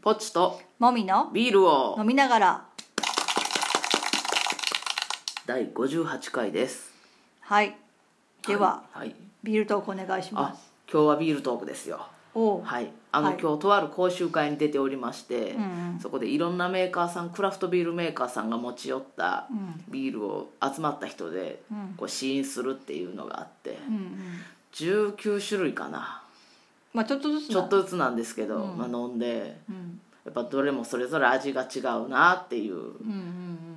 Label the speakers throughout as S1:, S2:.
S1: ポチと
S2: もみの
S1: ビール
S2: 飲
S1: を
S2: みながら
S1: 第58回です
S2: はいでは、
S1: はい、はい
S2: ビールトークお願いしま
S1: あ
S2: す
S1: 今日はビールトークですよ
S2: おう
S1: はいあの、
S2: はい
S1: 今日とある講習会に出ておりまして、
S2: うんうん
S1: そこでいろんなメーカーさんクラフトビールメーカーさんが持ち寄った
S2: うん
S1: ビールを集まった人で
S2: うん
S1: こう試飲するっていうのがあって
S2: うんうん
S1: 19種類かな
S2: まあちょっとずつ
S1: ちょっとずつなんですけど、
S2: うん
S1: まあ、飲んで
S2: うん
S1: やっぱどれもそれぞれ味が違うなっていう
S2: うんうんうん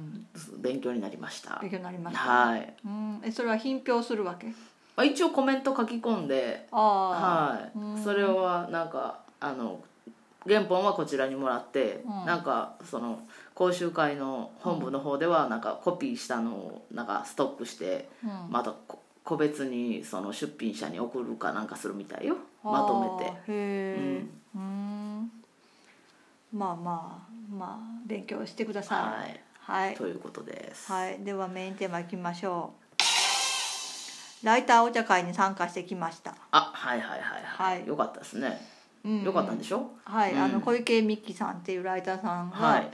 S1: 勉強になりました
S2: 勉強になりました、
S1: はい、
S2: うん、えそれは品評するわけ
S1: まあ、一応コメント書き込んで
S2: あ
S1: は
S2: うん
S1: い、それはなんかあの原本はこちらにもらって、
S2: うん
S1: なんかその講習会の本部の方ではなんかコピーしたのをなんかストックして、
S2: あ、うん
S1: またこ個別にその出品者に送るかなんかするみたいよまとめて
S2: あーへえうんまあまあまあ勉強してくださいはいはい、
S1: ということです、
S2: ではメインテーマいきましょうライターお茶会に参加してきました、
S1: あはいはいはいはい、
S2: はい
S1: よかったですね、
S2: うん
S1: よかったんでしょ
S2: はい、
S1: うん
S2: あの小池美希さんっていうライターさんが、
S1: はい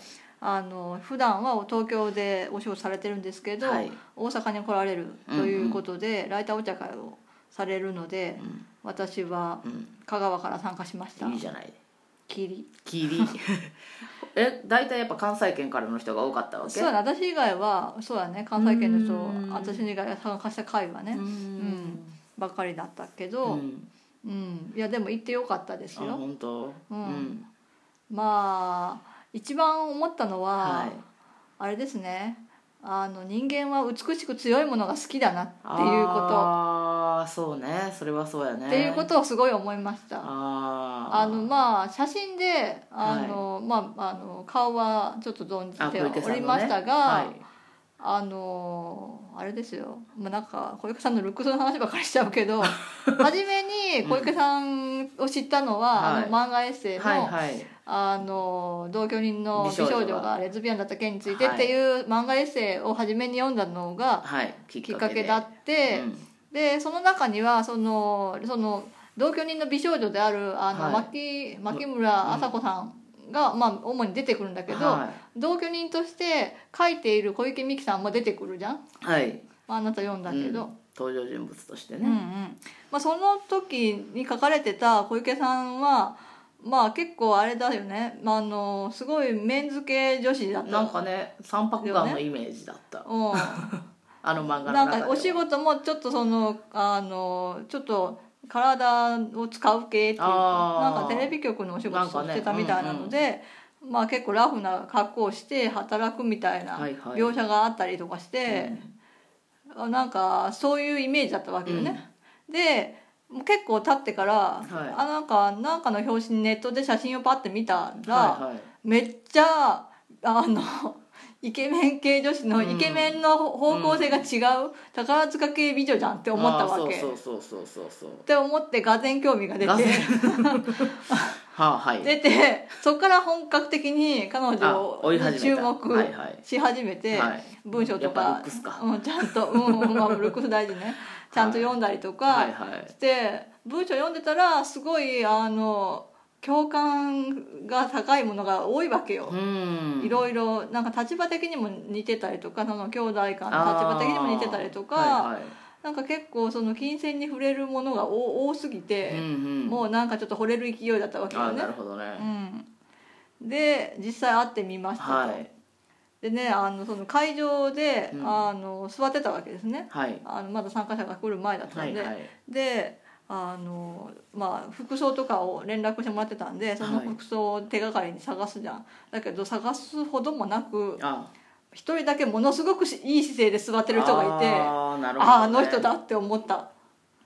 S2: あの普段は東京でお仕事されてるんですけど、
S1: はい
S2: 大阪に来られるということで、ライターお茶会をされるので、
S1: ん
S2: 私は
S1: うん
S2: 香川から参加しました
S1: いいじゃ ない
S2: きり
S1: キリ え大体やっぱ関西圏からの人が多かったわけ
S2: そうやね私以外はそうやね関西圏の
S1: うん
S2: 人私以外が参加した会はね、
S1: う
S2: うん
S1: ん
S2: ばっかりだったけ
S1: う
S2: ど、
S1: ん
S2: うんいやでも行ってよかったです
S1: あ
S2: よ
S1: 本当
S2: うん
S1: うん
S2: まあ一番思ったのは、
S1: はい
S2: あれですねあの人間は美しく強いものが好きだなっていうこと
S1: ああそうねそれはそうやね
S2: っていうことをすごい思いました
S1: あー
S2: あのまあ写真であの、まああの顔はちょっと存じ
S1: あ
S2: て
S1: 小池さん
S2: お
S1: の
S2: り
S1: ね
S2: ましたが
S1: はい
S2: あのーあれですよ、まあ、なんか小池さんのルックスの話ばっかりしちゃ うけど初めに小池さんを知ったのは、
S1: はい
S2: あの漫画エッセイの,、
S1: はいはい
S2: あの同居人の美
S1: 美少
S2: 少
S1: 女が
S2: 女がレズビアンだった件についてっていう漫画エッセイを初めに読んだのが
S1: はいき
S2: きっかけだ
S1: っ
S2: って、でその中にはそのその同居人の美少女であるあの、
S1: はい
S2: 牧牧村麻子さんが、まあ、主に出てくるんだけど、
S1: はい
S2: 同居人として書いている小池美樹さんも出てくるじゃん、
S1: はい
S2: まあ、あなた読んだけど、
S1: 登場人物として
S2: うんうん
S1: ね
S2: まあ、その時に書かれてた小池さんはまあ結構あれだよね、まあ、あのすごいメンズ系女子だった
S1: なんかね三白眼のイメージだった
S2: う
S1: あの漫画
S2: ん、
S1: の
S2: な
S1: 中
S2: ん
S1: では
S2: かお仕事もちょっとそのあのちょっと体を使う系っていうか
S1: あー
S2: なんかテレビ局のお仕事
S1: な
S2: を
S1: んか
S2: し
S1: ね
S2: てたみたいなのでまあ、結構ラフな格好をして働くみたいな
S1: はいはい
S2: 描写があったりとかして。
S1: うん
S2: あなんかそういうイメージだったわけよね、でもう結構経ってから、
S1: い
S2: あなんかなんかの表紙にネットで写真をパッて見たら、
S1: はいはい
S2: めっちゃあの イケメン系女子の
S1: うん
S2: イケメンの方向性が違う、宝塚系美女じゃんって思ったわけ
S1: あーそうそうそうそうそうそう
S2: って思ってがぜん興味が出て
S1: がぜん はあはい
S2: 出てそこから本格的に彼
S1: あ追い
S2: 女に
S1: 始め
S2: 注
S1: た
S2: 目
S1: はいはい
S2: し始めて、
S1: はい
S2: 文章と
S1: やっ
S2: か
S1: ぱルックスか
S2: うん、ちゃんと、うんうんまあ、ルックス大 事ねちゃんと読んだりとか、
S1: はいはい
S2: で文章読んでたらすごいあの共感が高いものが多いわけよ、
S1: うん
S2: いろいろなんか立場的にも似てたりとかその兄弟間の立場的にも似てたりとか、
S1: あーはいはい
S2: なんか結構その金銭に触れるものが多多すぎて、
S1: ん
S2: も
S1: う
S2: うなんかちょっと惚れる勢いだったわけ
S1: あ
S2: よ
S1: ー
S2: ね
S1: なるほどね、
S2: うん、で実際会ってみましたと、
S1: はい
S2: でねあのその会場で、
S1: うん
S2: あの座ってたわけですね
S1: はい
S2: あのまだ参加者が来る前だった
S1: は
S2: ん
S1: い
S2: で、
S1: はい
S2: であのまあ服装とかを連絡してもらってたんでその
S1: はい
S2: 服装を手がかりに探すじゃん、だけど探すほどもなく
S1: あ
S2: 一人だけものすごくしいい姿勢で座ってる人がいてあ
S1: あーなるほどね、
S2: あーあの人だって思った、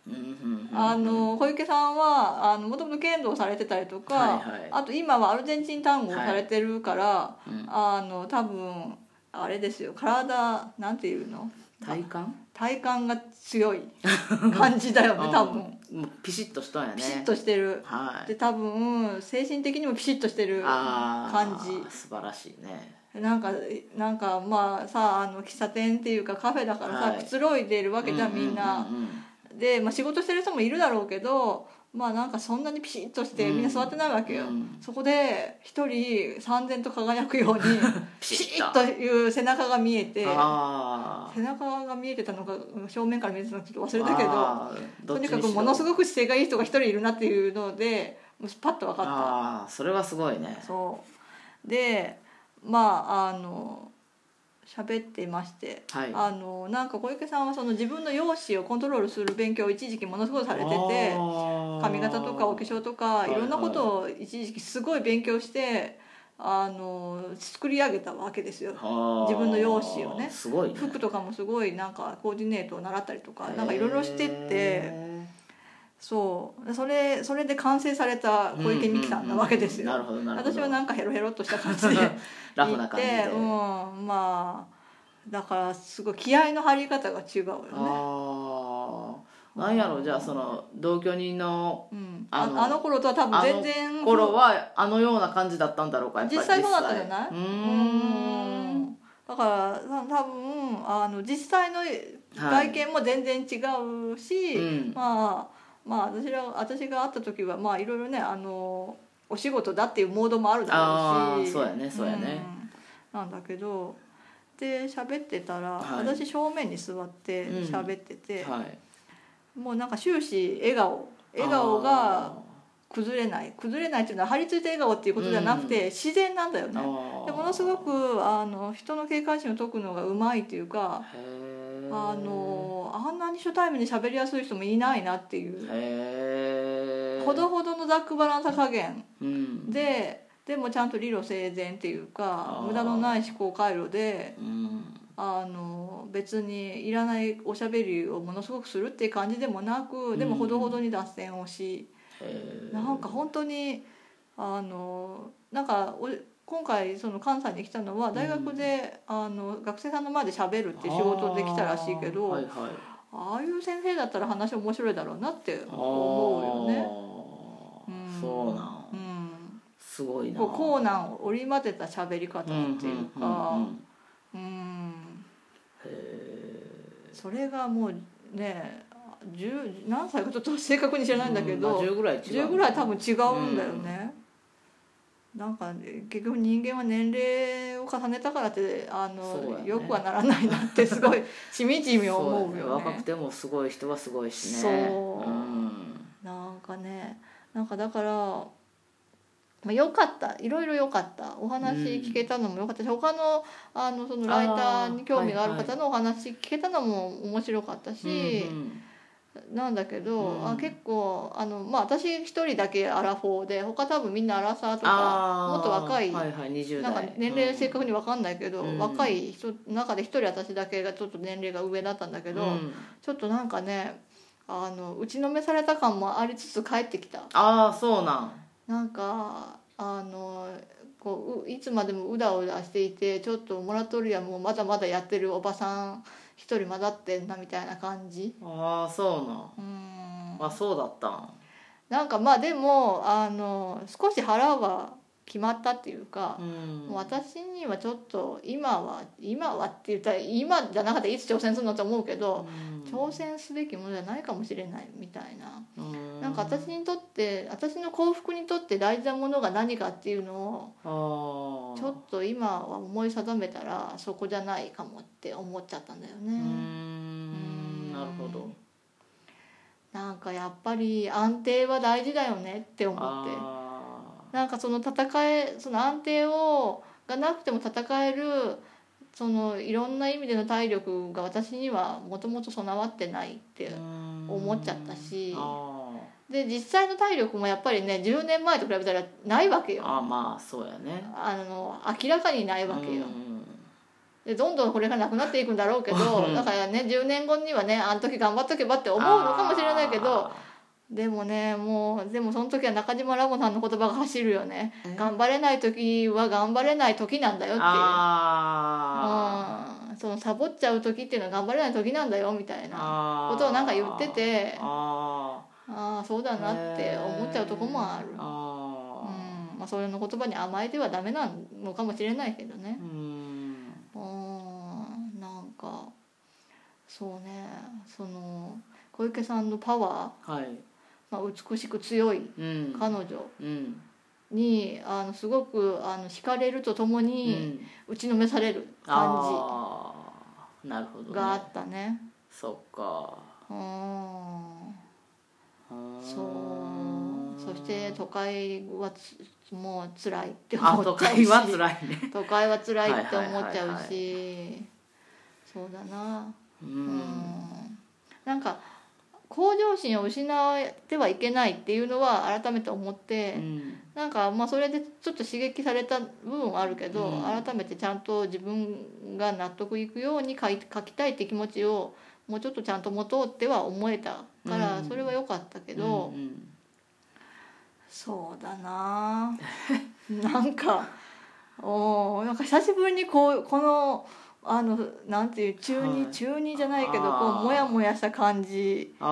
S1: うんうんうん
S2: あの小池さんはあのもともと剣道されてたりとか、
S1: はいはい
S2: あと今はアルゼンチン単語をされてるから、
S1: うん
S2: あの多分あれですよ体なんていうの
S1: 体感
S2: 体幹が 強い感じだよね多分
S1: 分もうピシッとしたんやね
S2: ピシッとしてる
S1: はい
S2: で多分精神的にもピシッとしてる
S1: あ
S2: 感
S1: ー
S2: じ
S1: 素晴らしいね
S2: なんかなんかまあさあの喫茶店っていうかカフェだからさ、
S1: はい
S2: くつろいでるわけじゃんみんな、
S1: ううううん
S2: で、まあ、仕事してる人もいるだろうけど、まあなんかそんなにピシッとして
S1: うん
S2: みんな座ってないわけよ、
S1: うん
S2: そこで一人三千と輝 くようにピ
S1: ピ
S2: シ
S1: シ
S2: ッ
S1: ッ
S2: と
S1: と
S2: いう背中が見えて
S1: あ
S2: 背中が見えてたのか正面から見えてたのかちょっと
S1: ー
S2: 忘れたけど
S1: あーど
S2: と
S1: っち
S2: に
S1: にし
S2: か
S1: ろ
S2: くものすごく姿勢がいい人が一人いるなっていうのでもうパッと分かっ
S1: ああそれはすごいね
S2: たそうでまああの喋っていまして
S1: はい
S2: あのなんか小池さんはその自分の容姿をコントロールする勉強を一時期ものすごいされてて
S1: 髪
S2: 髪型とかお化粧とか
S1: はい
S2: い
S1: はい
S2: ろんなことを一時期すごい勉強してあの作り上げたわけですよ自分の容姿をね
S1: すごいね
S2: 服とかもすごいなんかコーディネートを習ったりとかなんかいろいろしてって
S1: へ
S2: そうそれそれで完成された
S1: ー
S2: 小池美樹さんなわけですよ
S1: うんうんうんなるほどなるほど
S2: 私はなんかヘロヘロっとした感じで
S1: ラフな感じで
S2: いてうんまあだからすごい気合の入り方が違うよね
S1: ああなんやろうじゃあその同居人の
S2: うん、あ
S1: あの
S2: あの頃とは多分
S1: あ
S2: 全
S1: の
S2: 然
S1: 頃はあのような感じだったんだろうかやっぱり
S2: 実際そうだったんじゃないうう
S1: ーん
S2: んだからた多分あの実際の外見も全然違うし、
S1: うん
S2: まあまあ私ら私が会った時はまあいろいろねあのお仕事だっていうモードもあるだろうし
S1: あーそうやねそうやね
S2: うんなんだけどで喋ってたら、
S1: はい
S2: 私正面に座って
S1: うん
S2: 喋ってて、
S1: はい
S2: もうなんか終始笑顔笑顔が崩れない崩れないっていうのは張り付いて笑顔っていうことじゃなくて、自然なんだよ
S1: あ
S2: ね
S1: ー
S2: でものすごくあの人の警戒心を解くのがうまいっていうか
S1: へー
S2: あのあんなに初対面で喋りやすい人もいないなっていう
S1: へえ
S2: ほどほどのざっくばらんさ加減
S1: うん
S2: ででもちゃんと理路整然っていうか
S1: あー
S2: 無駄のない思考回路で
S1: うん
S2: あの別にいらないおしゃべりをものすごくするっていう感じでもなくでも
S1: うん
S2: ほどほどに脱線をし。
S1: へー
S2: なんか本当にあのなんかお今回その関西に来たのは大学で、あの学生さんの前で喋るっていう仕事できたらしいけどあ,、
S1: あーはいはい
S2: あいう先生だったら話面白いだろうなって
S1: あー
S2: 思うよね。うん
S1: そうなん
S2: うん
S1: すごいな
S2: こうコーナーを織り交ぜた喋り方っ
S1: うんうん
S2: てい
S1: う
S2: う
S1: んう
S2: か
S1: ん
S2: うん
S1: へえ
S2: それがもうね10何歳かちょっと正確に知らないんだけど、
S1: うんまあ10ぐらい違う
S2: 10ぐらい多分違うんだよね、なんかね結局人間は年齢を重ねたからってあ
S1: そう
S2: の、
S1: やね
S2: よくはならないなってす ごいしみじみ思う
S1: そ
S2: よ
S1: 若く
S2: ね
S1: てもすごい人はすごいしね
S2: そう
S1: うん
S2: なんかねなんかだから、まあ、よかったいろいろよかったお話聞けたのもよかったし、他のあのそのライターに興味がある方のお話聞けたのも面白かったし。
S1: うん
S2: なんだけど、
S1: うん
S2: あ結構あの、まあ、私一人だけアラフォーで他多分みんなアラサーとか
S1: あー
S2: もっと若い、
S1: はいはい20
S2: な
S1: 代
S2: んか年齢正確に分かんないけど、
S1: うん
S2: 若い人の中で一人私だけがちょっと年齢が上だったんだけど、
S1: うん
S2: ちょっとなんかねあの打ちのめされた感もありつつ帰ってきた
S1: ああそうなん
S2: なんかあのこうういつまでもうだうだしていてちょっとモラトリアムをまだまだやってるおばさん一人混ざってんなみたいな感じ。
S1: ああそうなん
S2: うん
S1: あそうだったん
S2: なんかまあでもあの少し腹は決まったっていうか
S1: う、ん
S2: もう私にはちょっと今は今はって言ったら今じゃなかったらいつ挑戦するのと思うけど、挑戦すべきものじゃないかもしれないみたいな、
S1: うん
S2: なんか私にとって私の幸福にとって大事なものが何かっていうの
S1: あ
S2: を
S1: ー
S2: ちょっと今は思い定めたらそこじゃないかもって思っちゃったんだよ
S1: う
S2: ね。
S1: んなるほど
S2: なんかやっぱり安定は大事だよねって思って。
S1: あ
S2: なんかその戦えその安定をがなくても戦えるそのいろんな意味での体力が私にはもともと備わってないって
S1: ーうん
S2: 思っちゃったし
S1: あ
S2: で実際の体力もやっぱりね10年前と比べたらないわけ
S1: ー
S2: よ
S1: あーまあそうやね
S2: あの明らかにないわけよ
S1: うん
S2: でどんどんこれがなくなっていくんだろうけど
S1: うん
S2: だからね10年後にはねあの時頑張っとけばって思うのかもしれないけど
S1: あ
S2: でもねもうでもその時は中島ラボさんの言葉が走るよね
S1: え
S2: 頑張れない時は頑張れない時なんだよ
S1: ー
S2: っていう
S1: あ
S2: うんそのサボっちゃう時っていうのは頑張れない時なんだよみたい
S1: ー
S2: な
S1: あー
S2: ことをなんか言ってて
S1: あ
S2: ああそうだなって思っちゃうとこもある、
S1: る
S2: うん
S1: あ
S2: まあ、それの言葉に甘えてはダメなのかもしれないけどね
S1: ーうん
S2: うんなんかそうねその小池さんのパワ
S1: はい
S2: ーまあ、美しく強い
S1: うん
S2: 彼女
S1: うん
S2: にあのすごくあの惹かれるととも
S1: う
S2: に
S1: ん
S2: 打ちのめされる感
S1: ああなるほど
S2: じがあ
S1: ね
S2: ったね。
S1: そっか
S2: うん
S1: うーん
S2: そうそして都会はつもう辛いって
S1: あ
S2: 思
S1: 都
S2: っちゃう
S1: 会
S2: し
S1: は辛いね
S2: 都会は辛いって思っち
S1: はいは
S2: ゃ
S1: いは
S2: うしそうだな
S1: う
S2: うん
S1: ん
S2: なんか向上心を失ってはいけないっていうのは改めて思っ
S1: う
S2: て、
S1: ん
S2: なんかまあそれでちょっと刺激された部分はあるけど、
S1: うん
S2: 改めてちゃんと自分が納得いくように書い書きたいって気持ちをもうちょっとちゃんと持とうっては思えたから、
S1: うん
S2: それは良かったけど、
S1: うんうん
S2: そうだな なんかおーなんか久しぶりにこうこのあのなんていう中二、
S1: はい
S2: 中二じゃないけど
S1: あー
S2: こうモヤモヤした感じ
S1: あ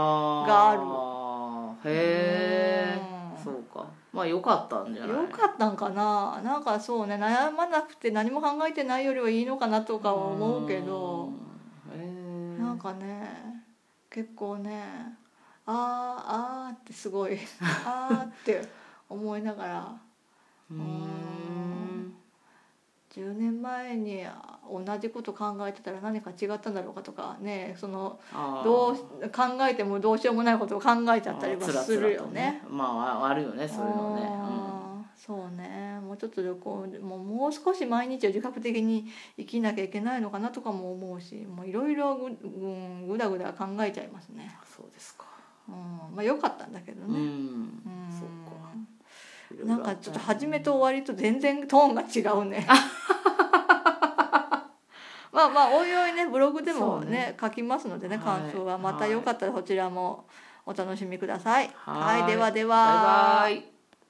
S1: ーへ
S2: う
S1: え
S2: ん
S1: そうかまあ良かったんじゃない
S2: よかったんかななんかそうね悩まなくて何も考えてないよりはいいのかなとかは思うけど
S1: うんへえ
S2: なんかね結構ねあーあーってす ごいあーって思いながら
S1: うーん
S2: 10年前に同じこと考えてたら何か違ったんだろうかとかねその
S1: あー
S2: どうし考えてもどうしようもないことを考えちゃったりは
S1: あーつら
S2: す
S1: つら
S2: るよ
S1: と
S2: ね。
S1: まああるよねそういうのね
S2: あーそうねもうちょっと旅行もうもう少し毎日を自覚的に生きなきゃいけないのかなとかも思うしもういろいろぐ,、うん、ぐだぐだ考えちゃいますね。
S1: うんそうですか
S2: うん、まあ良かったんだけど
S1: う
S2: ね。
S1: ん
S2: うん
S1: そっかいろいろ
S2: なんかちょっと始めと終わりと全然トーンが違うね。まあまあおいおいねブログでも
S1: そう
S2: ね
S1: ね
S2: 書きますのでね感想は
S1: はい
S2: またよかったらそちらもお楽しみください。
S1: はい
S2: はい、ではでは。
S1: バイバイ